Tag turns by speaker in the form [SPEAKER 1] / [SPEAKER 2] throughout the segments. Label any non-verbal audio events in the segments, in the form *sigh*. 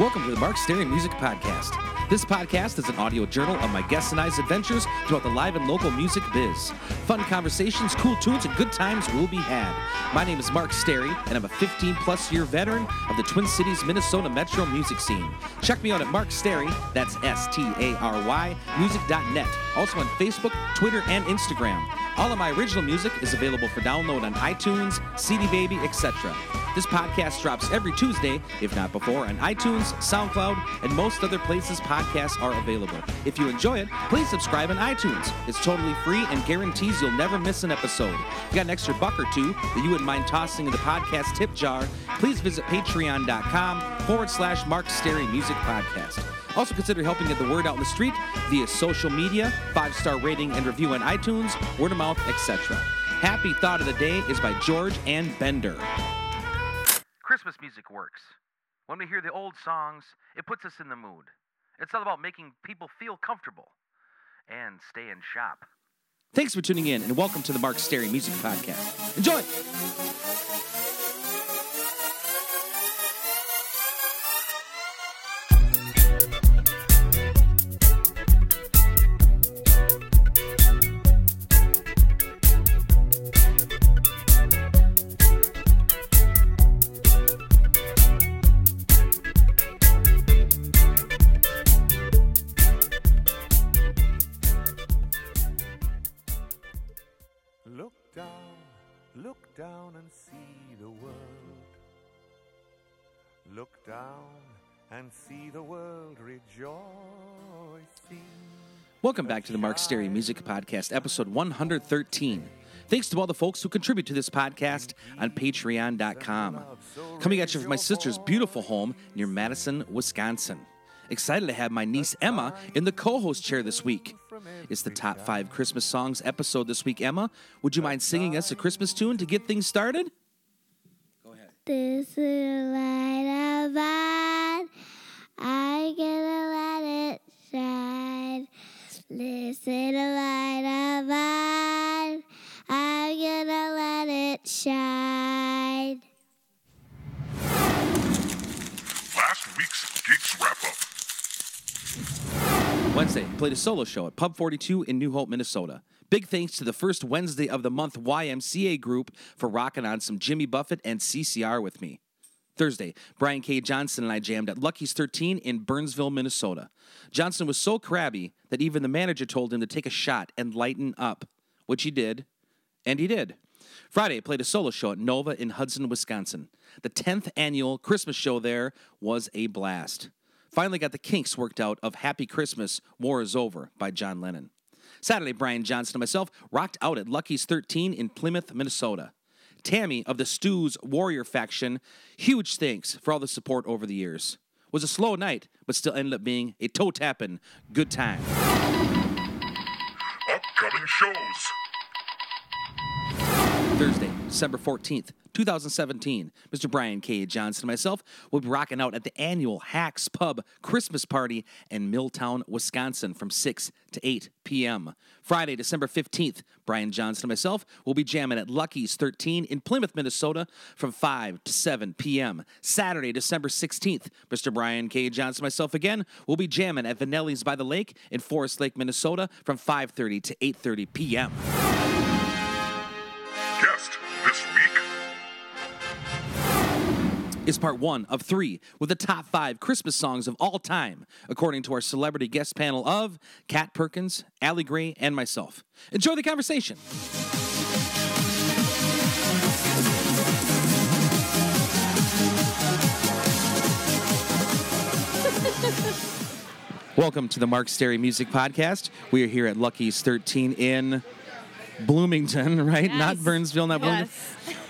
[SPEAKER 1] Welcome to the Mark Sterry Music Podcast. This podcast is an audio journal of my guests and I's adventures throughout the live and local music biz. Fun conversations, cool tunes, and good times will be had. My name is Mark Sterry, and I'm a 15 plus year veteran of the Twin Cities, Minnesota metro music scene. Check me out at Mark Sterry, that's S T A R Y, music.net. Also on Facebook, Twitter, and Instagram. All of my original music is available for download on iTunes, CD Baby, etc. This podcast drops every Tuesday, if not before, on iTunes, SoundCloud, and most other places podcasts are available. If you enjoy it, please subscribe on iTunes. It's totally free and guarantees you'll never miss an episode. If you got an extra buck or two that you wouldn't mind tossing in the podcast tip jar, please visit patreon.com forward slash Mark Sterry Music Podcast. Also consider helping get the word out in the street via social media, five-star rating and review on iTunes, word of mouth, etc. Happy Thought of the Day is by George and Bender.
[SPEAKER 2] Christmas music works. When we hear the old songs, it puts us in the mood. It's all about making people feel comfortable and stay in shop.
[SPEAKER 1] Thanks for tuning in and welcome to the Mark Sterry Music Podcast. Enjoy!
[SPEAKER 3] Look down, look down and see the world. Look down and see the world rejoicing.
[SPEAKER 1] Welcome back to the Mark Sterry Music Podcast, episode 113. Thanks to all the folks who contribute to this podcast on patreon.com. Coming at you from my sister's beautiful home near Madison, Wisconsin. Excited to have my niece Emma in the co host chair this week. It's the top five Christmas songs episode this week, Emma. Would you mind singing us a Christmas tune to get things started?
[SPEAKER 4] This is the light of mine. I gonna let it shine. This is the light of mine. I'm gonna let it shine.
[SPEAKER 5] last week's gigs wrap up.
[SPEAKER 1] Wednesday, played a solo show at Pub 42 in New Hope, Minnesota. Big thanks to the first Wednesday of the month YMCA group for rocking on some Jimmy Buffett and CCR with me. Thursday, Brian K. Johnson and I jammed at Lucky's 13 in Burnsville, Minnesota. Johnson was so crabby that even the manager told him to take a shot and lighten up, which he did, and he did. Friday, played a solo show at Nova in Hudson, Wisconsin. The 10th annual Christmas show there was a blast. Finally, got the kinks worked out of Happy Christmas, War is Over by John Lennon. Saturday, Brian Johnson and myself rocked out at Lucky's 13 in Plymouth, Minnesota. Tammy of the Stews Warrior faction, huge thanks for all the support over the years. Was a slow night, but still ended up being a toe tapping good time.
[SPEAKER 5] Upcoming shows.
[SPEAKER 1] Thursday, December 14th, 2017, Mr. Brian K. Johnson and myself will be rocking out at the annual Hacks Pub Christmas Party in Milltown, Wisconsin from 6 to 8 p.m. Friday, December 15th, Brian Johnson and myself will be jamming at Lucky's 13 in Plymouth, Minnesota from 5 to 7 p.m. Saturday, December 16th, Mr. Brian K. Johnson and myself again will be jamming at Vanelli's by the Lake in Forest Lake, Minnesota from 5.30 to 8.30 p.m.
[SPEAKER 5] Guest this week,
[SPEAKER 1] is part one of three with the top five Christmas songs of all time, according to our celebrity guest panel of Kat Perkins, Allie Gray, and myself. Enjoy the
[SPEAKER 6] *laughs*
[SPEAKER 1] conversation. Welcome to the Mark Sterry Music Podcast. We are here at Lucky's 13 in Bloomington, *laughs* right? Not
[SPEAKER 6] Yes.
[SPEAKER 1] Burnsville, not Bloomington.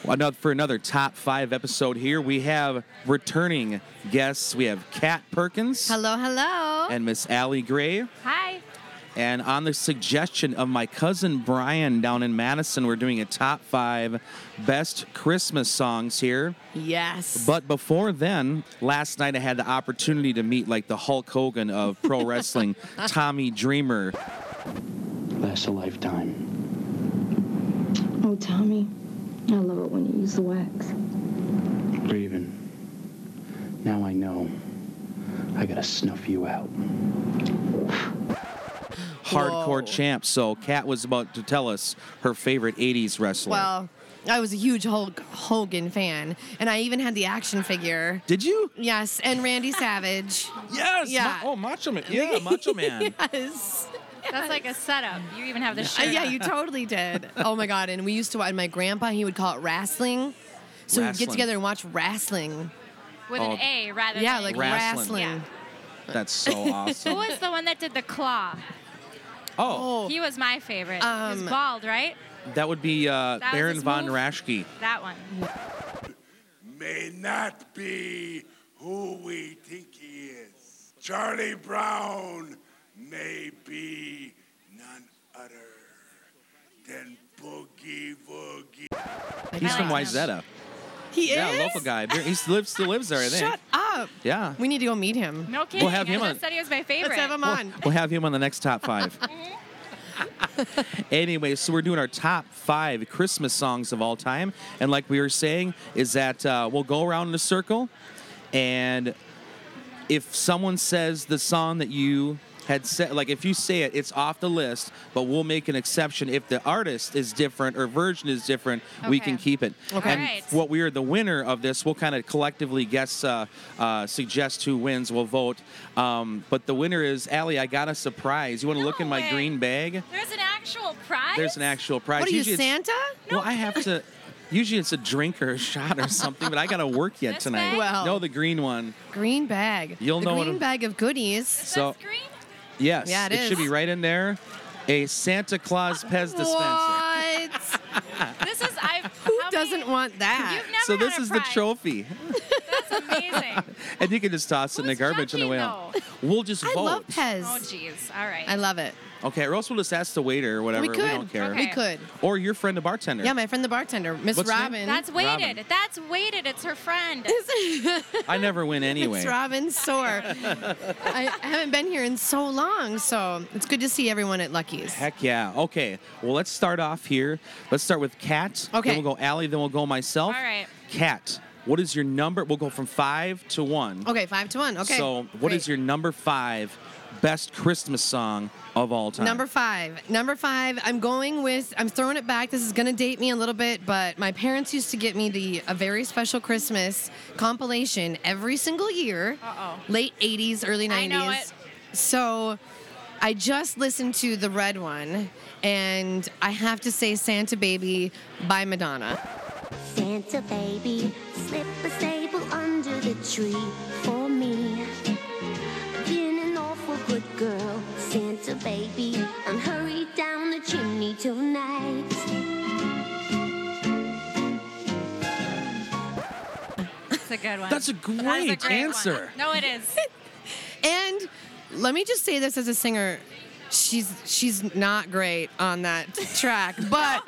[SPEAKER 1] Well, now for another top five episode here, we have returning guests. We have Kat Perkins
[SPEAKER 6] Hello, hello.
[SPEAKER 1] and Miss Allie Gray.
[SPEAKER 6] Hi.
[SPEAKER 1] And on the suggestion of my cousin Brian down in Madison, we're doing a top five best Christmas songs here.
[SPEAKER 6] Yes.
[SPEAKER 1] But before then, last night I had the opportunity to meet like the Hulk Hogan of
[SPEAKER 6] *laughs*
[SPEAKER 1] pro wrestling, Tommy Dreamer.
[SPEAKER 7] lasts a lifetime.
[SPEAKER 8] Oh, Tommy, I love it when you use the wax.
[SPEAKER 7] Breathing. Now I know I gotta snuff you out.
[SPEAKER 1] Hardcore
[SPEAKER 6] Whoa.
[SPEAKER 1] champ. So Kat was about to tell us her favorite 80s wrestler.
[SPEAKER 6] Well, I was a huge Hulk Hogan fan, and I even had the action figure.
[SPEAKER 1] Did you?
[SPEAKER 6] Yes, and
[SPEAKER 1] *laughs*
[SPEAKER 6] Randy Savage.
[SPEAKER 1] Yes.
[SPEAKER 6] Yeah.
[SPEAKER 1] Ma- oh, Macho Man. Yeah, Macho
[SPEAKER 9] *laughs*
[SPEAKER 1] Man.
[SPEAKER 6] yes.
[SPEAKER 9] That's like a setup. You even have the
[SPEAKER 6] Uh,
[SPEAKER 9] shirt.
[SPEAKER 6] yeah,
[SPEAKER 9] on.
[SPEAKER 6] you totally did. Oh my god! And we used to. And my grandpa, he would call it wrestling. So we'd
[SPEAKER 1] Wrestling.
[SPEAKER 6] get together and watch wrestling.
[SPEAKER 9] with
[SPEAKER 1] Oh.
[SPEAKER 9] an A rather.
[SPEAKER 6] Yeah,
[SPEAKER 9] than
[SPEAKER 6] like
[SPEAKER 1] Wrestling.
[SPEAKER 6] wrestling.
[SPEAKER 9] Yeah.
[SPEAKER 1] That's so
[SPEAKER 9] Who
[SPEAKER 1] awesome.
[SPEAKER 9] was the one that did the claw?
[SPEAKER 1] Oh,
[SPEAKER 6] Oh,
[SPEAKER 9] He was my favorite. he
[SPEAKER 6] Um,
[SPEAKER 9] was bald, right?
[SPEAKER 1] that would be uh,
[SPEAKER 9] That was
[SPEAKER 1] Baron
[SPEAKER 9] his
[SPEAKER 1] von
[SPEAKER 9] move.
[SPEAKER 1] Raschke.
[SPEAKER 9] That one.
[SPEAKER 5] May not be who we think he is. Charlie Brown may be none other than Boogie Woogie.
[SPEAKER 1] He's
[SPEAKER 9] I
[SPEAKER 1] from
[SPEAKER 9] like him.
[SPEAKER 1] Wyzetta.
[SPEAKER 6] he is.
[SPEAKER 1] Yeah, local guy. He lives, still lives there, I think.
[SPEAKER 6] Shut up.
[SPEAKER 1] Yeah.
[SPEAKER 6] We need to go meet him.
[SPEAKER 9] No kidding.
[SPEAKER 1] have him
[SPEAKER 9] I
[SPEAKER 1] on-
[SPEAKER 9] just said he was my favorite.
[SPEAKER 6] Let's have him
[SPEAKER 1] We'll-
[SPEAKER 6] on.
[SPEAKER 1] We'll have him on the next top
[SPEAKER 9] *laughs*
[SPEAKER 1] five. anyway, so we're doing our top five Christmas songs of all time, and like we were saying, is that uh, we'll go around in a circle, and if someone says the song that you had said, like if you say it, it's off the list, but we'll make an exception if the artist is different or version is different. We
[SPEAKER 9] Okay.
[SPEAKER 1] can keep it.
[SPEAKER 9] Okay.
[SPEAKER 1] And
[SPEAKER 9] Alright.
[SPEAKER 1] what we are the winner of this, we'll kind of collectively guess, uh, uh, suggest who wins. We'll vote. Um, but the winner is Allie. I got a surprise. You want to look
[SPEAKER 9] No
[SPEAKER 1] in my
[SPEAKER 9] way.
[SPEAKER 1] green bag?
[SPEAKER 9] There's an actual prize.
[SPEAKER 1] There's an actual prize.
[SPEAKER 6] What are you,
[SPEAKER 1] Usually it's-
[SPEAKER 6] Santa?
[SPEAKER 1] Well, I have to. Usually it's a drink or a *laughs* shot or something, but I got to work yet
[SPEAKER 9] This
[SPEAKER 1] tonight.
[SPEAKER 9] bag?
[SPEAKER 6] Well.
[SPEAKER 1] no, the green one.
[SPEAKER 6] Green bag.
[SPEAKER 1] You'll
[SPEAKER 6] the
[SPEAKER 1] know what
[SPEAKER 6] green
[SPEAKER 1] I'm-
[SPEAKER 6] bag of goodies.
[SPEAKER 9] Is that
[SPEAKER 1] so-
[SPEAKER 9] green?
[SPEAKER 1] Yes.
[SPEAKER 6] Yeah, it
[SPEAKER 1] it should
[SPEAKER 6] is.
[SPEAKER 1] be right in there. A Santa Claus Pez dispenser. *laughs*
[SPEAKER 6] What?
[SPEAKER 9] This is
[SPEAKER 6] *laughs*
[SPEAKER 9] I've.
[SPEAKER 6] Who
[SPEAKER 9] how many-
[SPEAKER 6] doesn't want that?
[SPEAKER 9] You've never
[SPEAKER 1] So
[SPEAKER 9] had
[SPEAKER 1] this
[SPEAKER 9] a
[SPEAKER 1] is the
[SPEAKER 9] prize.
[SPEAKER 1] trophy, *laughs*
[SPEAKER 9] That's amazing.
[SPEAKER 6] *laughs*
[SPEAKER 1] and you can just toss it in the
[SPEAKER 9] Who's
[SPEAKER 1] garbage on the
[SPEAKER 9] judging,
[SPEAKER 1] way out. We'll just
[SPEAKER 6] I
[SPEAKER 1] vote.
[SPEAKER 6] love Pez.
[SPEAKER 9] Oh jeez. All right.
[SPEAKER 6] I love it.
[SPEAKER 1] Okay, or else we'll just ask the waiter or whatever.
[SPEAKER 6] We could.
[SPEAKER 1] don't care.
[SPEAKER 6] We
[SPEAKER 9] Okay.
[SPEAKER 6] could.
[SPEAKER 1] Or your friend, the bartender.
[SPEAKER 6] Yeah, my friend the bartender, Miss
[SPEAKER 1] What's her name?
[SPEAKER 6] Robin.
[SPEAKER 9] That's weighted.
[SPEAKER 1] Robin.
[SPEAKER 9] That's weighted. It's her friend.
[SPEAKER 1] I never
[SPEAKER 6] *laughs*
[SPEAKER 1] win anyway.
[SPEAKER 6] Miss Robin Sore. *laughs* I haven't been here in so long, so it's good to see everyone at Lucky's.
[SPEAKER 1] Heck yeah. Okay. Well, let's start off here. Let's start with Kat.
[SPEAKER 6] Okay.
[SPEAKER 1] Then we'll go Allie. Then we'll go myself.
[SPEAKER 9] All right.
[SPEAKER 1] Kat, what is your number? We'll go from five to one.
[SPEAKER 6] Okay, five to one. Okay.
[SPEAKER 1] So, what is
[SPEAKER 6] Great.
[SPEAKER 1] your number five best Christmas song of all time?
[SPEAKER 6] Number five. Number five. I'm going with. I'm throwing it back. This is gonna date me a little bit, but my parents used to get me the a very special Christmas compilation every single year.
[SPEAKER 9] Uh-oh.
[SPEAKER 6] Late '80s, early '90s.
[SPEAKER 9] I know it.
[SPEAKER 6] So, I just listened to the red one, and I have to say "Santa Baby" by Madonna.
[SPEAKER 4] Santa baby, slip a sable under the tree for me. Been an awful good girl, Santa baby, and hurry down the chimney tonight.
[SPEAKER 9] That's a good one.
[SPEAKER 1] That's a
[SPEAKER 9] That is
[SPEAKER 1] great
[SPEAKER 9] one.
[SPEAKER 1] answer.
[SPEAKER 9] *laughs* No, it is.
[SPEAKER 6] And let me just say this as a singer, she's she's not great on that track, *laughs* but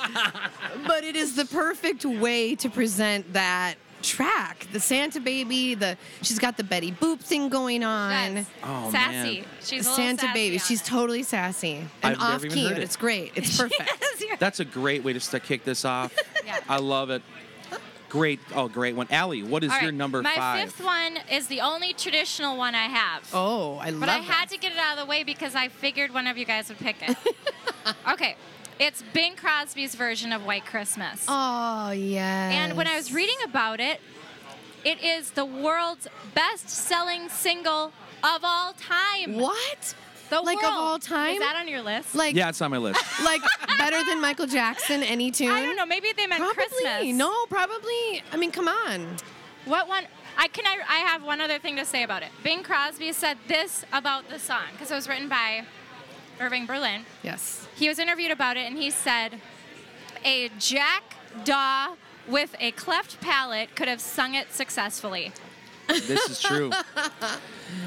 [SPEAKER 6] but it is the perfect way to present that track. The Santa baby, the she's got the Betty Boop thing going on.
[SPEAKER 9] Yes.
[SPEAKER 1] Oh,
[SPEAKER 9] sassy.
[SPEAKER 1] man.
[SPEAKER 9] She's a little
[SPEAKER 6] Santa
[SPEAKER 9] sassy
[SPEAKER 6] baby,
[SPEAKER 9] on
[SPEAKER 6] she's
[SPEAKER 9] it. *laughs*
[SPEAKER 6] totally sassy and
[SPEAKER 1] I've never
[SPEAKER 6] off
[SPEAKER 1] even
[SPEAKER 6] key,
[SPEAKER 1] heard
[SPEAKER 6] but
[SPEAKER 1] it.
[SPEAKER 6] it's great. It's perfect.
[SPEAKER 9] Yes, you're-
[SPEAKER 1] That's a great way to st- kick this off.
[SPEAKER 9] *laughs* Yeah.
[SPEAKER 1] I love it. Great. Oh, great one. Allie, what is
[SPEAKER 9] All
[SPEAKER 1] your
[SPEAKER 9] right,
[SPEAKER 1] number
[SPEAKER 9] My
[SPEAKER 1] five?
[SPEAKER 9] fifth one is the only traditional one I have.
[SPEAKER 6] oh, I love
[SPEAKER 9] But I
[SPEAKER 6] that.
[SPEAKER 9] had to get it out of the way because I figured one of you guys would pick
[SPEAKER 6] *laughs*
[SPEAKER 9] it. okay, it's Bing Crosby's version of White Christmas.
[SPEAKER 6] Oh yeah.
[SPEAKER 9] And when I was reading about it, it is the world's best-selling single of all time.
[SPEAKER 6] what?
[SPEAKER 9] The
[SPEAKER 6] Like, of
[SPEAKER 9] world.
[SPEAKER 6] all time?
[SPEAKER 9] Is that on your list?
[SPEAKER 6] Like
[SPEAKER 1] yeah, it's on my list.
[SPEAKER 6] like better than Michael Jackson any tune?
[SPEAKER 9] *laughs* I don't know. Maybe they meant
[SPEAKER 6] Probably
[SPEAKER 9] Christmas.
[SPEAKER 6] no, probably. I mean, come on.
[SPEAKER 9] What one? I can. I, I have one other thing to say about it. Bing Crosby said this about the song because it was written by Irving Berlin.
[SPEAKER 6] Yes.
[SPEAKER 9] He was interviewed about it, and he said, "A jackdaw with a cleft palate could have sung it successfully."
[SPEAKER 1] This is
[SPEAKER 9] *laughs*
[SPEAKER 1] true.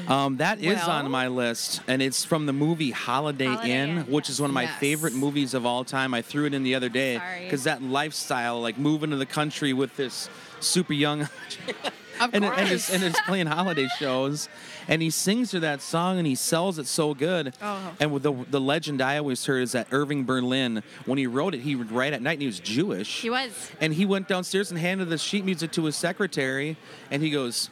[SPEAKER 1] Um, that is
[SPEAKER 6] Well-
[SPEAKER 1] on my list, and it's from the movie Holiday,
[SPEAKER 9] Holiday
[SPEAKER 1] Inn,
[SPEAKER 9] Inn,
[SPEAKER 1] which is one of my
[SPEAKER 6] Yes.
[SPEAKER 1] favorite movies of all time. I threw it in the other day
[SPEAKER 9] Sorry.
[SPEAKER 1] because that lifestyle, like moving to the country with this super young,
[SPEAKER 6] Of
[SPEAKER 1] and,
[SPEAKER 6] course.
[SPEAKER 1] and, it's, and it's playing holiday shows, and he sings her that song and he sells it so good.
[SPEAKER 6] Oh.
[SPEAKER 1] And with the the legend I always heard is that Irving Berlin, when he wrote it, he would write at night and he was Jewish.
[SPEAKER 9] He was.
[SPEAKER 1] And he went downstairs and handed the sheet music to his secretary, and he goes,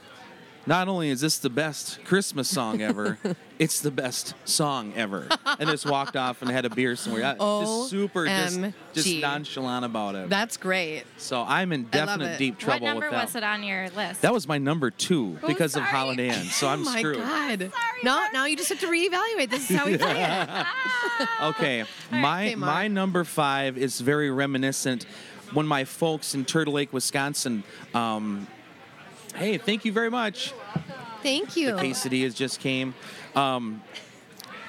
[SPEAKER 1] Not only is this the best Christmas song
[SPEAKER 9] *laughs*
[SPEAKER 1] ever, it's the best song ever. And just walked off and had a beer somewhere. I- Just super, just, just
[SPEAKER 6] OMG.
[SPEAKER 1] nonchalant about it.
[SPEAKER 6] That's great.
[SPEAKER 1] so I'm in
[SPEAKER 6] I love
[SPEAKER 1] definite
[SPEAKER 6] it.
[SPEAKER 1] deep
[SPEAKER 9] What
[SPEAKER 1] trouble
[SPEAKER 9] number
[SPEAKER 1] with that.
[SPEAKER 9] was it on your list?
[SPEAKER 1] That was my number two because of
[SPEAKER 9] sorry.
[SPEAKER 1] Holiday Inn. So I'm
[SPEAKER 6] *laughs* oh my
[SPEAKER 1] screwed.
[SPEAKER 6] god. no, now you just have to reevaluate.
[SPEAKER 1] *laughs*
[SPEAKER 6] This is how we play it.
[SPEAKER 1] Okay, my
[SPEAKER 6] Okay, Mark.
[SPEAKER 1] my number five is very reminiscent. When my folks in Turtle Lake, Wisconsin, um, hey, thank you very much.
[SPEAKER 6] Thank you.
[SPEAKER 1] The quesadillas just came. Um,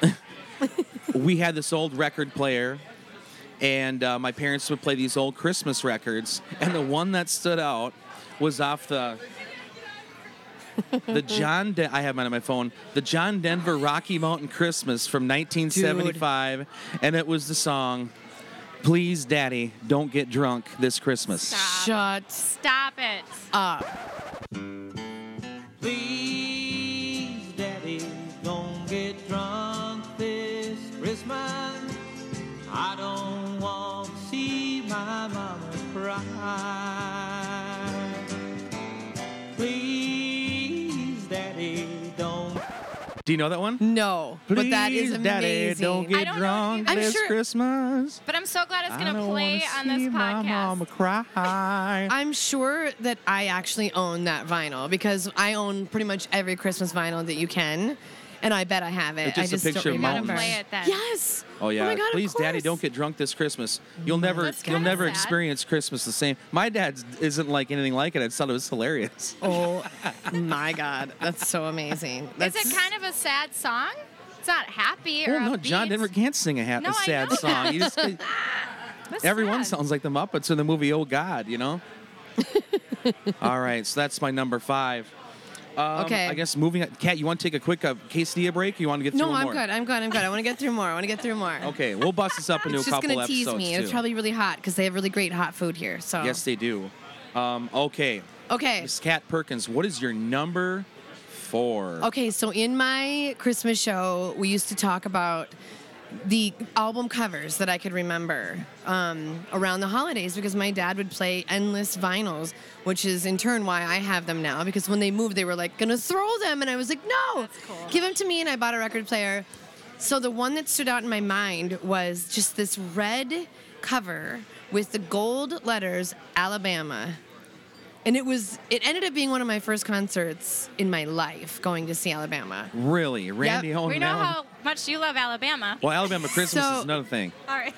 [SPEAKER 1] *laughs* we had this old record player, and uh, my parents would play these old Christmas records, and the one that stood out was off the. the John, Den I have mine on my phone. The John Denver Rocky Mountain Christmas from 1975, and it was the song, "Please, Daddy, don't get drunk this Christmas."
[SPEAKER 6] Shut.
[SPEAKER 9] Stop it.
[SPEAKER 1] Uh,
[SPEAKER 10] Please, Daddy, don't get drunk this Christmas. I don't want to see my mama cry. Please, Daddy, don't.
[SPEAKER 1] Do you know that one?
[SPEAKER 6] No. but that is amazing.
[SPEAKER 1] Daddy, don't
[SPEAKER 9] I
[SPEAKER 1] get
[SPEAKER 9] don't know
[SPEAKER 1] drunk
[SPEAKER 9] anything
[SPEAKER 6] about
[SPEAKER 1] this
[SPEAKER 6] it. I'm sure-
[SPEAKER 1] Christmas.
[SPEAKER 9] But I'm so glad it's
[SPEAKER 1] I
[SPEAKER 9] going to
[SPEAKER 1] don't
[SPEAKER 9] play
[SPEAKER 1] wanna
[SPEAKER 9] on this
[SPEAKER 1] see My mama
[SPEAKER 9] podcast.
[SPEAKER 1] cry.
[SPEAKER 6] I'm sure that I actually own that vinyl because I own pretty much every Christmas vinyl that you can. And I bet I have it.
[SPEAKER 1] It's
[SPEAKER 6] I
[SPEAKER 1] just a
[SPEAKER 6] just
[SPEAKER 1] picture
[SPEAKER 6] don't
[SPEAKER 1] of
[SPEAKER 9] We gotta
[SPEAKER 6] remember.
[SPEAKER 1] mountains.
[SPEAKER 9] play it then.
[SPEAKER 6] Yes.
[SPEAKER 1] oh yeah.
[SPEAKER 6] my God, of
[SPEAKER 1] Please, Daddy,
[SPEAKER 6] course.
[SPEAKER 1] don't get drunk this Christmas. You'll never,
[SPEAKER 9] That's
[SPEAKER 1] you'll
[SPEAKER 9] kinda
[SPEAKER 1] never
[SPEAKER 9] sad.
[SPEAKER 1] experience Christmas the same. My dad's isn't like anything like it. I just thought it was
[SPEAKER 6] *laughs*
[SPEAKER 1] hilarious.
[SPEAKER 6] Oh *laughs* my God. That's so amazing.
[SPEAKER 9] Is
[SPEAKER 6] That's Um,
[SPEAKER 9] it kind of a sad song? It's not happy or
[SPEAKER 1] Oh no, John
[SPEAKER 9] upbeat.
[SPEAKER 1] Denver can't sing a, ha-
[SPEAKER 9] No,
[SPEAKER 1] a
[SPEAKER 9] I
[SPEAKER 1] sad
[SPEAKER 9] know
[SPEAKER 1] song. You
[SPEAKER 6] *laughs*
[SPEAKER 1] just,
[SPEAKER 9] That's
[SPEAKER 1] everyone
[SPEAKER 9] sad.
[SPEAKER 1] sounds like the Muppets in the movie Oh God, you
[SPEAKER 6] *laughs*
[SPEAKER 1] know. All right, so that's my number five. Um,
[SPEAKER 6] Okay.
[SPEAKER 1] I guess moving. on. Kat, you want to take a quick uh, quesadilla break? Or you want to get
[SPEAKER 6] No,
[SPEAKER 1] through
[SPEAKER 6] I'm
[SPEAKER 1] more?
[SPEAKER 6] good. I'm good. I'm good. I want to get through more. I want to get through more.
[SPEAKER 1] Okay, we'll bust this
[SPEAKER 6] *laughs*
[SPEAKER 1] up into
[SPEAKER 6] It's
[SPEAKER 1] a
[SPEAKER 6] just
[SPEAKER 1] couple
[SPEAKER 6] gonna tease
[SPEAKER 1] episodes
[SPEAKER 6] me.
[SPEAKER 1] too.
[SPEAKER 6] It's probably really hot because they have really great hot food here. So
[SPEAKER 1] yes, they do. Um, okay,
[SPEAKER 6] okay.
[SPEAKER 1] Miss Kat Perkins, what is your number four?
[SPEAKER 6] Okay, so in my Christmas show, we used to talk about the album covers that I could remember um, around the holidays because my dad would play endless vinyls, which is in turn why I have them now. Because when they moved, they were like, gonna throw them. And I was like, no,
[SPEAKER 9] That's cool.
[SPEAKER 6] give them to me. And I bought a record player. So the one that stood out in my mind was just this red cover with the gold letters Alabama. And it was, it ended up being one of my first concerts in my life going to see Alabama.
[SPEAKER 1] Really, Randy Owen?
[SPEAKER 9] We know
[SPEAKER 1] Alabama-
[SPEAKER 9] how much you love Alabama.
[SPEAKER 1] well, Alabama Christmas
[SPEAKER 6] So-
[SPEAKER 1] is another thing. *laughs*
[SPEAKER 9] All right.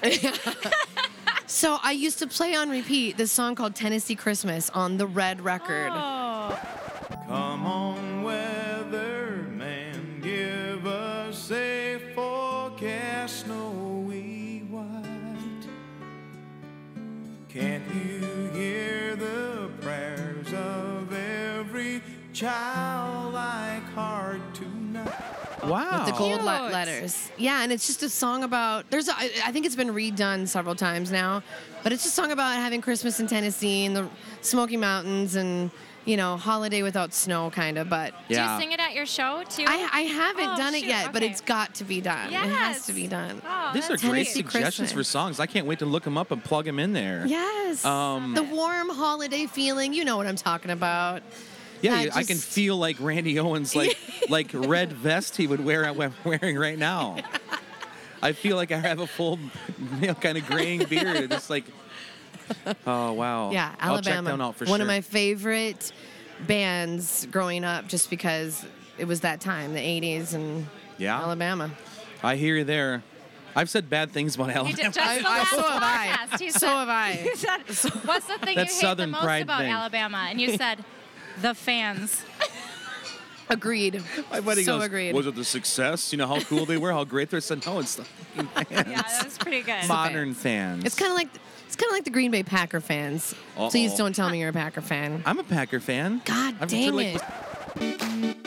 [SPEAKER 6] So I used to play on repeat this song called Tennessee Christmas on the red record.
[SPEAKER 9] Oh.
[SPEAKER 10] Come on, weatherman, give us a forecast, snowy white. Can't you hear the prayers of every child like heart tonight?
[SPEAKER 1] Wow.
[SPEAKER 6] The gold le-
[SPEAKER 9] Cute.
[SPEAKER 6] letters. Yeah, and it's just a song about there's a, I I think it's been redone several times now, but it's just a song about having Christmas in Tennessee and the Smoky Mountains and you know, holiday without snow kind of, but
[SPEAKER 9] Do
[SPEAKER 1] yeah.
[SPEAKER 9] you sing it at your show too?
[SPEAKER 6] I, I haven't
[SPEAKER 9] Oh,
[SPEAKER 6] done it
[SPEAKER 9] shoot,
[SPEAKER 6] yet, but
[SPEAKER 9] okay.
[SPEAKER 6] it's got to be done. It has to be
[SPEAKER 9] Yes.
[SPEAKER 6] done.
[SPEAKER 9] Oh,
[SPEAKER 1] These are
[SPEAKER 9] that's
[SPEAKER 1] great
[SPEAKER 9] cute.
[SPEAKER 6] Tennessee
[SPEAKER 1] suggestions for
[SPEAKER 6] Christmas.
[SPEAKER 1] songs. I can't wait to look them up and plug them in there.
[SPEAKER 6] Yes.
[SPEAKER 1] Um,
[SPEAKER 6] the warm holiday feeling, you know what I'm talking about.
[SPEAKER 1] Yeah,
[SPEAKER 6] I
[SPEAKER 1] you- I can
[SPEAKER 6] just-
[SPEAKER 1] feel like Randy Owens, like like red vest he would wear. I'm wearing right now. I feel like I have a full, you know, kind of graying beard. It's like, *laughs* oh wow.
[SPEAKER 6] Yeah,
[SPEAKER 1] I'll check
[SPEAKER 6] Alabama.
[SPEAKER 1] them out for
[SPEAKER 6] One
[SPEAKER 1] sure.
[SPEAKER 6] of my favorite bands growing up, just because it was that time, the '80s and
[SPEAKER 1] Yeah.
[SPEAKER 6] Alabama.
[SPEAKER 1] I hear you there. I've said bad things about
[SPEAKER 9] He
[SPEAKER 1] Alabama.
[SPEAKER 9] did, just the
[SPEAKER 6] *laughs* I-
[SPEAKER 9] last
[SPEAKER 6] so have I.
[SPEAKER 9] podcast, he
[SPEAKER 6] So
[SPEAKER 9] said-
[SPEAKER 6] have
[SPEAKER 9] *laughs*
[SPEAKER 6] I. *laughs*
[SPEAKER 9] He said, "What's the thing
[SPEAKER 1] That
[SPEAKER 9] you hate
[SPEAKER 1] Southern
[SPEAKER 9] the most
[SPEAKER 1] pride
[SPEAKER 9] about
[SPEAKER 1] thing.
[SPEAKER 9] Alabama?" And you said, "The fans."
[SPEAKER 6] Agreed.
[SPEAKER 1] *laughs* My buddy
[SPEAKER 6] so
[SPEAKER 1] goes,
[SPEAKER 6] agreed.
[SPEAKER 1] was it the success? You know how cool they were, how great they were. I said, no, it's the
[SPEAKER 9] Yeah, that was pretty good.
[SPEAKER 1] modern fans.
[SPEAKER 6] it's kind of like it's kind of like the Green Bay Packer fans.
[SPEAKER 1] Uh-oh.
[SPEAKER 6] Please don't tell me you're a Packer fan.
[SPEAKER 1] I'm a Packer fan.
[SPEAKER 6] God
[SPEAKER 1] I'm
[SPEAKER 6] dang
[SPEAKER 1] totally-
[SPEAKER 6] it!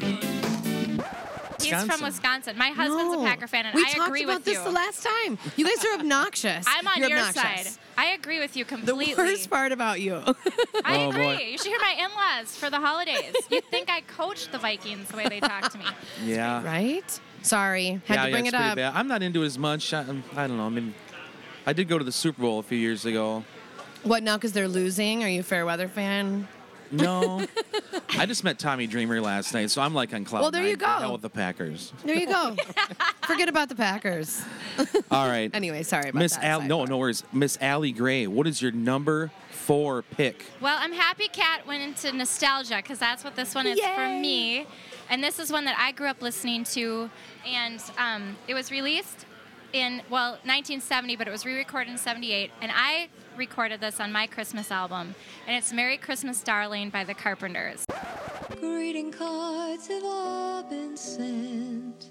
[SPEAKER 9] He's from
[SPEAKER 1] Wisconsin.
[SPEAKER 9] Wisconsin. My husband's
[SPEAKER 6] No.
[SPEAKER 9] a Packer fan, and
[SPEAKER 6] we
[SPEAKER 9] I
[SPEAKER 6] talked
[SPEAKER 9] agree
[SPEAKER 6] about
[SPEAKER 9] with
[SPEAKER 6] this
[SPEAKER 9] you.
[SPEAKER 6] the last time. You guys are obnoxious.
[SPEAKER 9] I'm on
[SPEAKER 6] You're
[SPEAKER 9] your
[SPEAKER 6] obnoxious.
[SPEAKER 9] side. I agree with you
[SPEAKER 6] The
[SPEAKER 9] completely.
[SPEAKER 6] worst part about you.
[SPEAKER 1] *laughs*
[SPEAKER 9] I
[SPEAKER 1] Oh,
[SPEAKER 9] agree.
[SPEAKER 1] boy.
[SPEAKER 9] You should hear my in-laws for the holidays. You'd think I coached the Vikings the way they talk to me.
[SPEAKER 1] Yeah.
[SPEAKER 6] right? Sorry. Had
[SPEAKER 1] yeah,
[SPEAKER 6] to bring
[SPEAKER 1] yeah,
[SPEAKER 6] it
[SPEAKER 1] it's pretty
[SPEAKER 6] up.
[SPEAKER 1] Bad. I'm not into it as much. I, I'm- I don't know. I mean, I did go to the Super Bowl a few years ago.
[SPEAKER 6] What now? Because they're losing? Are you a fair weather fan? *laughs*
[SPEAKER 1] No, I just met Tommy Dreamer last night, so I'm like on cloud.
[SPEAKER 6] Well, there you
[SPEAKER 1] nine. The
[SPEAKER 6] go.
[SPEAKER 1] hell with the Packers.
[SPEAKER 6] There
[SPEAKER 1] *laughs*
[SPEAKER 6] you go. Forget about the Packers.
[SPEAKER 1] All right.
[SPEAKER 6] *laughs* Anyway, sorry about
[SPEAKER 1] Miss
[SPEAKER 6] that.
[SPEAKER 1] Al, no,
[SPEAKER 6] sidebar.
[SPEAKER 1] no worries. Miss Allie Gray, what is your number four pick?
[SPEAKER 9] Well, I'm happy Kat went into nostalgia because that's what this one is for me. And this is one that I grew up listening to. And um, it was released in, well, 1970, but it was re recorded in 78. And I recorded this on my Christmas album. And it's Merry Christmas, Darling by the Carpenters.
[SPEAKER 11] Greeting cards have all been sent.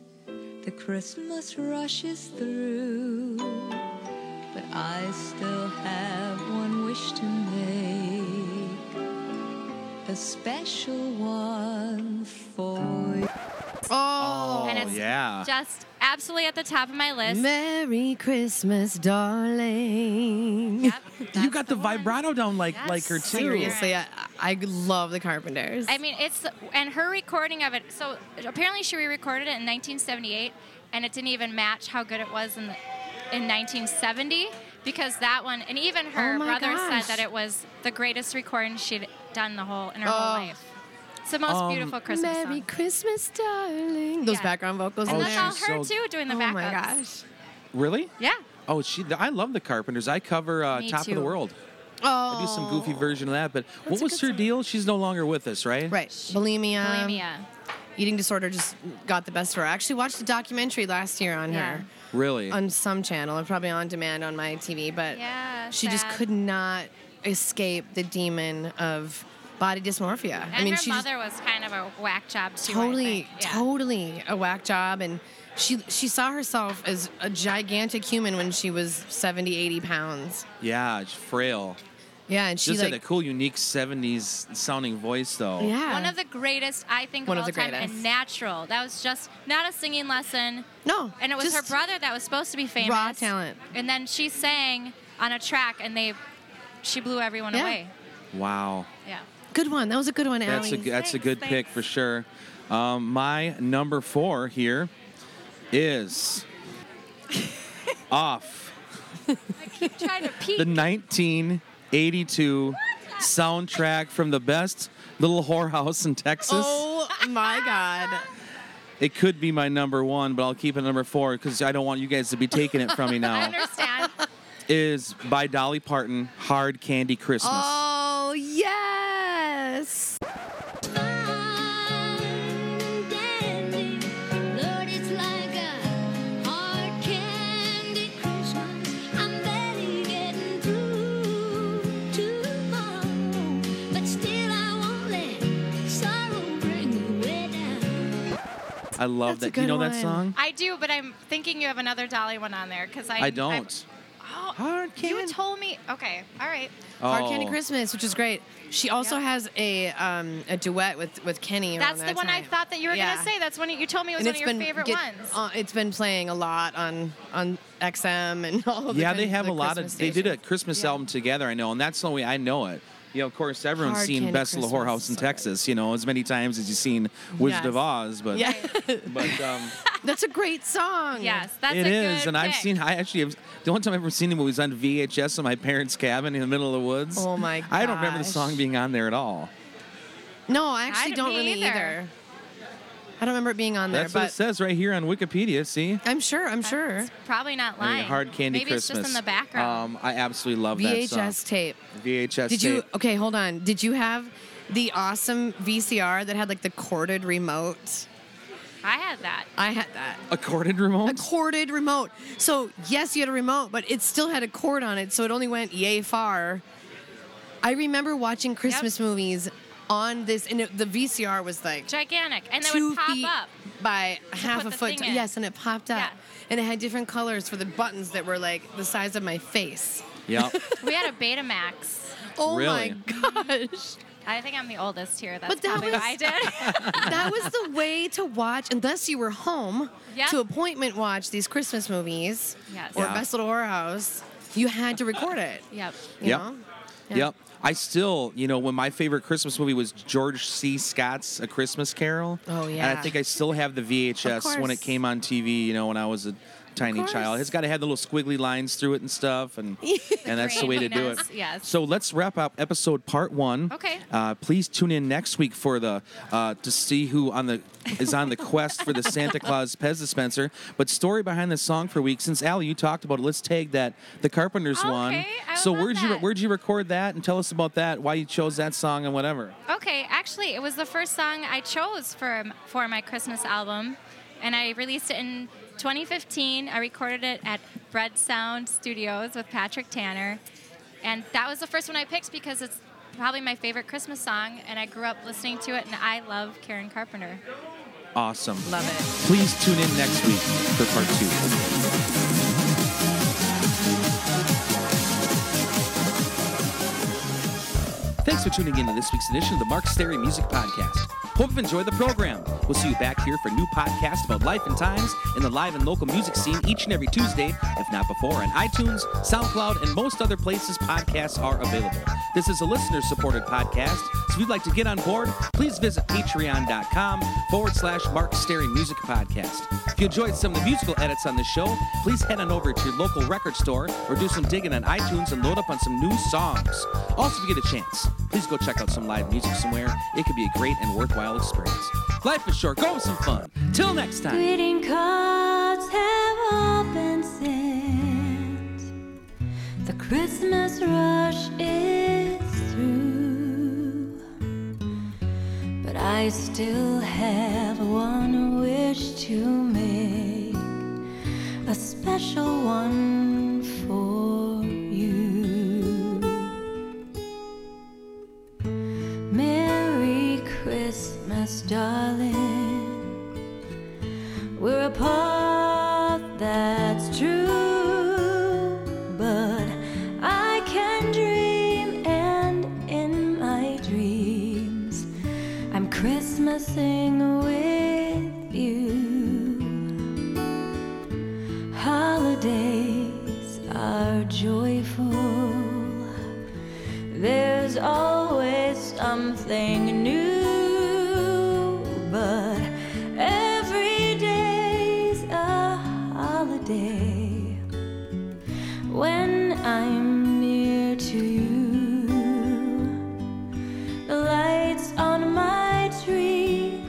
[SPEAKER 11] The Christmas rush is through. But I still have one wish to make. A special one for you.
[SPEAKER 6] Oh,
[SPEAKER 9] and it's
[SPEAKER 1] yeah.
[SPEAKER 9] just absolutely at the top of my list.
[SPEAKER 6] Merry Christmas, darling.
[SPEAKER 9] Yep,
[SPEAKER 1] you
[SPEAKER 9] that's
[SPEAKER 1] got the,
[SPEAKER 9] one.
[SPEAKER 1] vibrato down like
[SPEAKER 9] Yes.
[SPEAKER 1] like her too.
[SPEAKER 6] Seriously, I, I love the Carpenters.
[SPEAKER 9] I mean, it's and her recording of it. So apparently, she re-recorded it in 1978, and it didn't even match how good it was in the, in 1970 because that one. And even her
[SPEAKER 6] Oh my
[SPEAKER 9] brother
[SPEAKER 6] gosh.
[SPEAKER 9] said that it was the greatest recording she'd done the whole in her
[SPEAKER 6] Oh.
[SPEAKER 9] whole life. It's the most
[SPEAKER 1] Um,
[SPEAKER 9] beautiful Christmas
[SPEAKER 6] Merry
[SPEAKER 9] song.
[SPEAKER 6] Christmas, darling. Those
[SPEAKER 9] Yeah.
[SPEAKER 6] background vocals.
[SPEAKER 9] and
[SPEAKER 1] Oh,
[SPEAKER 6] in
[SPEAKER 9] that's
[SPEAKER 6] there.
[SPEAKER 9] all
[SPEAKER 1] she's
[SPEAKER 9] her
[SPEAKER 1] so-
[SPEAKER 9] too doing the
[SPEAKER 6] oh
[SPEAKER 9] backups.
[SPEAKER 6] my gosh.
[SPEAKER 1] Really?
[SPEAKER 9] Yeah.
[SPEAKER 1] Oh, she. I love the Carpenters. I cover uh,
[SPEAKER 9] Me
[SPEAKER 1] Top of
[SPEAKER 9] too.
[SPEAKER 1] the World.
[SPEAKER 6] Oh,
[SPEAKER 1] I do some goofy version of that. But what
[SPEAKER 6] a
[SPEAKER 1] was
[SPEAKER 6] good
[SPEAKER 1] her
[SPEAKER 6] song.
[SPEAKER 1] deal? She's no longer with us, right?
[SPEAKER 6] Right, bulimia,
[SPEAKER 9] Bulimia.
[SPEAKER 6] eating disorder just got the best of her. I actually watched a documentary last year on
[SPEAKER 9] Yeah.
[SPEAKER 6] her
[SPEAKER 1] Really?
[SPEAKER 6] on some channel, and probably on demand on my TV. But
[SPEAKER 9] Yeah,
[SPEAKER 6] she just
[SPEAKER 9] sad.
[SPEAKER 6] could not escape the demon of body dysmorphia.
[SPEAKER 9] And
[SPEAKER 6] I mean,
[SPEAKER 9] her
[SPEAKER 6] she just-
[SPEAKER 9] mother was kind of a whack job too. I
[SPEAKER 6] totally,
[SPEAKER 9] think. Yeah.
[SPEAKER 6] totally a whack job, and she she saw herself as a gigantic human when she was 70, 80 pounds.
[SPEAKER 1] yeah, it's frail.
[SPEAKER 6] Yeah, and she
[SPEAKER 1] Just
[SPEAKER 6] like
[SPEAKER 1] had a cool, unique '70s sounding voice, though.
[SPEAKER 6] yeah
[SPEAKER 9] One of the greatest, I think,
[SPEAKER 6] One of
[SPEAKER 9] of all
[SPEAKER 6] the
[SPEAKER 9] time,
[SPEAKER 6] greatest.
[SPEAKER 9] and natural. That was just not a singing lesson.
[SPEAKER 6] no,
[SPEAKER 9] And it was her
[SPEAKER 6] just-
[SPEAKER 9] brother that was supposed to be famous.
[SPEAKER 6] Raw talent.
[SPEAKER 9] And then she sang on a track, and they, she blew everyone
[SPEAKER 6] Yeah.
[SPEAKER 9] away.
[SPEAKER 1] Wow.
[SPEAKER 9] Yeah.
[SPEAKER 6] Good one. That was a good one,
[SPEAKER 1] That's a
[SPEAKER 6] Allie.
[SPEAKER 1] g- that's a
[SPEAKER 9] Thanks,
[SPEAKER 1] good pick
[SPEAKER 9] thanks.
[SPEAKER 1] for sure. Um, my number four here is off *laughs*
[SPEAKER 9] Trying to peek.
[SPEAKER 6] *laughs*
[SPEAKER 1] the 1982 soundtrack from the best little whorehouse in Texas.
[SPEAKER 6] Oh my god.
[SPEAKER 1] It could be my number one, but I'll keep it number four because I don't want you guys to be taking it
[SPEAKER 6] *laughs*
[SPEAKER 1] from me
[SPEAKER 9] I
[SPEAKER 1] now. *laughs*
[SPEAKER 9] understand.
[SPEAKER 1] is by Dolly Parton, Hard Candy Christmas.
[SPEAKER 6] Oh yes.
[SPEAKER 11] Lord, it's like a hard candy Christmas. I'm barely getting through tomorrow, but still I won't let sorrow bring me way down.
[SPEAKER 1] I love
[SPEAKER 6] That's a
[SPEAKER 1] that. Do you
[SPEAKER 6] good
[SPEAKER 1] know that
[SPEAKER 6] one.
[SPEAKER 1] song?
[SPEAKER 9] I do, but I'm thinking you have another Dolly one on there because I.
[SPEAKER 1] I don't.
[SPEAKER 9] oh,
[SPEAKER 1] Hard
[SPEAKER 9] you
[SPEAKER 1] candy.
[SPEAKER 9] told me. Okay. All right.
[SPEAKER 6] Hard
[SPEAKER 1] Oh.
[SPEAKER 6] Candy Christmas, which is great. She also
[SPEAKER 9] Yeah.
[SPEAKER 6] has a um, a duet with with Kenny. around
[SPEAKER 9] That's
[SPEAKER 6] that
[SPEAKER 9] the one I
[SPEAKER 6] time.
[SPEAKER 9] thought that you were
[SPEAKER 6] Yeah.
[SPEAKER 9] gonna say. That's one you told me
[SPEAKER 6] And
[SPEAKER 9] was one of
[SPEAKER 6] it's
[SPEAKER 9] your
[SPEAKER 6] been
[SPEAKER 9] favorite
[SPEAKER 6] get-
[SPEAKER 9] ones.
[SPEAKER 6] uh, it's been playing a lot on on XM and *laughs* all. the
[SPEAKER 1] Yeah,
[SPEAKER 6] kind-
[SPEAKER 1] they have
[SPEAKER 6] the
[SPEAKER 1] a lot of.
[SPEAKER 6] Christmas
[SPEAKER 1] They did a
[SPEAKER 6] stations.
[SPEAKER 1] Christmas
[SPEAKER 6] Yeah.
[SPEAKER 1] album together, I know, and that's the only way I know it. You know, of course, everyone's
[SPEAKER 6] Hard
[SPEAKER 1] seen
[SPEAKER 6] Candy
[SPEAKER 1] Best Little
[SPEAKER 6] Christmas
[SPEAKER 1] Whorehouse
[SPEAKER 6] is
[SPEAKER 1] in
[SPEAKER 6] so good.
[SPEAKER 1] Texas, you know, as many times as you've seen Wizard of
[SPEAKER 6] Yes.
[SPEAKER 1] Oz, but
[SPEAKER 6] Yeah,
[SPEAKER 1] *laughs* but um,
[SPEAKER 6] *laughs* that's a great song.
[SPEAKER 9] yes, that's
[SPEAKER 1] it
[SPEAKER 9] a
[SPEAKER 1] is,
[SPEAKER 9] good
[SPEAKER 1] and I've
[SPEAKER 9] pick.
[SPEAKER 1] seen. I actually have, the only time I've ever seen it was on VHS in my parents' cabin in the middle of the woods.
[SPEAKER 6] Oh my
[SPEAKER 1] I don't remember the
[SPEAKER 6] gosh.
[SPEAKER 1] song being on there at all.
[SPEAKER 6] No, I actually
[SPEAKER 9] I-
[SPEAKER 6] don't
[SPEAKER 9] me
[SPEAKER 6] really
[SPEAKER 9] either.
[SPEAKER 6] I don't remember it being on
[SPEAKER 1] That's
[SPEAKER 6] there,
[SPEAKER 1] what it
[SPEAKER 6] but
[SPEAKER 1] says right here on Wikipedia. See.
[SPEAKER 6] I'm sure. I'm sure.
[SPEAKER 9] It's probably not
[SPEAKER 1] Like
[SPEAKER 9] lying.
[SPEAKER 1] Hard Candy
[SPEAKER 9] Maybe
[SPEAKER 1] Christmas.
[SPEAKER 9] it's just in the background.
[SPEAKER 1] Um, I absolutely love that
[SPEAKER 6] VHS
[SPEAKER 1] song.
[SPEAKER 6] tape.
[SPEAKER 1] VHS
[SPEAKER 6] Did
[SPEAKER 1] tape.
[SPEAKER 6] you? Okay, hold on. Did you have the awesome VCR that had like the corded remote?
[SPEAKER 1] Um,
[SPEAKER 9] I had that.
[SPEAKER 6] I had that.
[SPEAKER 1] a corded remote?
[SPEAKER 6] A corded remote. So yes, you had a remote, but it still had a cord on it, so it only went yay far. I remember watching Christmas movies on this, and it, the VCR was like
[SPEAKER 9] Gigantic, and they
[SPEAKER 6] two
[SPEAKER 9] would pop
[SPEAKER 6] feet
[SPEAKER 9] up.
[SPEAKER 6] by half
[SPEAKER 9] put
[SPEAKER 6] a
[SPEAKER 9] the
[SPEAKER 6] foot.
[SPEAKER 9] thing in.
[SPEAKER 6] Yes, and it popped up,
[SPEAKER 9] Yeah.
[SPEAKER 6] and it had different colors for the buttons that were like the size of my face.
[SPEAKER 1] yeah.
[SPEAKER 9] We had a Betamax.
[SPEAKER 6] Oh
[SPEAKER 1] Really?
[SPEAKER 6] my *laughs* gosh.
[SPEAKER 9] I think I'm the oldest here. That's
[SPEAKER 6] But that
[SPEAKER 9] probably
[SPEAKER 6] was-
[SPEAKER 9] why I did.
[SPEAKER 1] *laughs*
[SPEAKER 9] *laughs*
[SPEAKER 6] that was the way to watch, unless you were home
[SPEAKER 9] Yeah.
[SPEAKER 6] to appointment watch these Christmas movies
[SPEAKER 9] Yes.
[SPEAKER 6] or
[SPEAKER 1] Yeah.
[SPEAKER 6] Best Little Horror House. you had to record it.
[SPEAKER 9] Yep.
[SPEAKER 6] You
[SPEAKER 1] Yep.
[SPEAKER 6] know? *laughs* Yeah.
[SPEAKER 1] Yep. I still, you know, when my favorite Christmas movie was George C. Scott's A Christmas Carol.
[SPEAKER 6] Oh,
[SPEAKER 1] And I
[SPEAKER 6] yeah.
[SPEAKER 1] think I still have the VHS when it
[SPEAKER 6] course.
[SPEAKER 1] came on TV, you know, when I was a tiny child. It's got to have the little squiggly lines through it and stuff,
[SPEAKER 6] *laughs*
[SPEAKER 1] and and that's the way to do it.
[SPEAKER 9] Granules, yes.
[SPEAKER 1] So let's wrap up episode part one.
[SPEAKER 9] Okay.
[SPEAKER 1] Uh, please tune in next week for the uh, to see who on the is on the quest for the
[SPEAKER 9] *laughs*
[SPEAKER 1] Santa Claus Pez dispenser. But story behind this song for a week since Al, you talked about it. Let's tag that the Carpenters one.
[SPEAKER 9] Okay, I would
[SPEAKER 1] so
[SPEAKER 9] love
[SPEAKER 1] where'd you
[SPEAKER 9] that.
[SPEAKER 1] where'd you record that and tell us about that? Why you chose that song and whatever.
[SPEAKER 9] Okay, actually, it was the first song I chose for for my Christmas album, and I released it in 2015. I recorded it at Bread Sound Studios with Patrick Tanner, and that was the first one I picked because it's probably my favorite Christmas song, and I grew up listening to it, and I love Karen Carpenter.
[SPEAKER 1] Awesome.
[SPEAKER 9] Love it.
[SPEAKER 1] Please tune in next week for part two. Thanks for tuning in to this week's edition of the Mark Sterry Music Podcast. Hope you've enjoyed the program. We'll see you back here for new podcasts about life and times in the live and local music scene each and every Tuesday, if not before, on iTunes, SoundCloud, and most other places podcasts are available. This is a listener supported podcast, so if you'd like to get on board, please visit patreon.com forward slash Mark Sterry Music Podcast. If you enjoyed some of the musical edits on this show, please head on over to your local record store or do some digging on iTunes and load up on some new songs. Also, if you get a chance, please go check out some live music somewhere. It could be a great and worthwhile experience. Life is short. Go have some fun. Till next time.
[SPEAKER 12] Greeting cards have all been sent. The Christmas rush is through. But I still have one wish to make, a special one for you. Merry Christmas, darling. We're a part that's true, but I can dream, and in my dreams, I'm Christmasing with you. Holidays are joyful, there's always something new, but every day's a holiday when I'm near to you. The lights on my tree,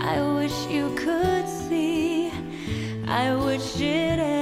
[SPEAKER 12] I wish you could see. I wish it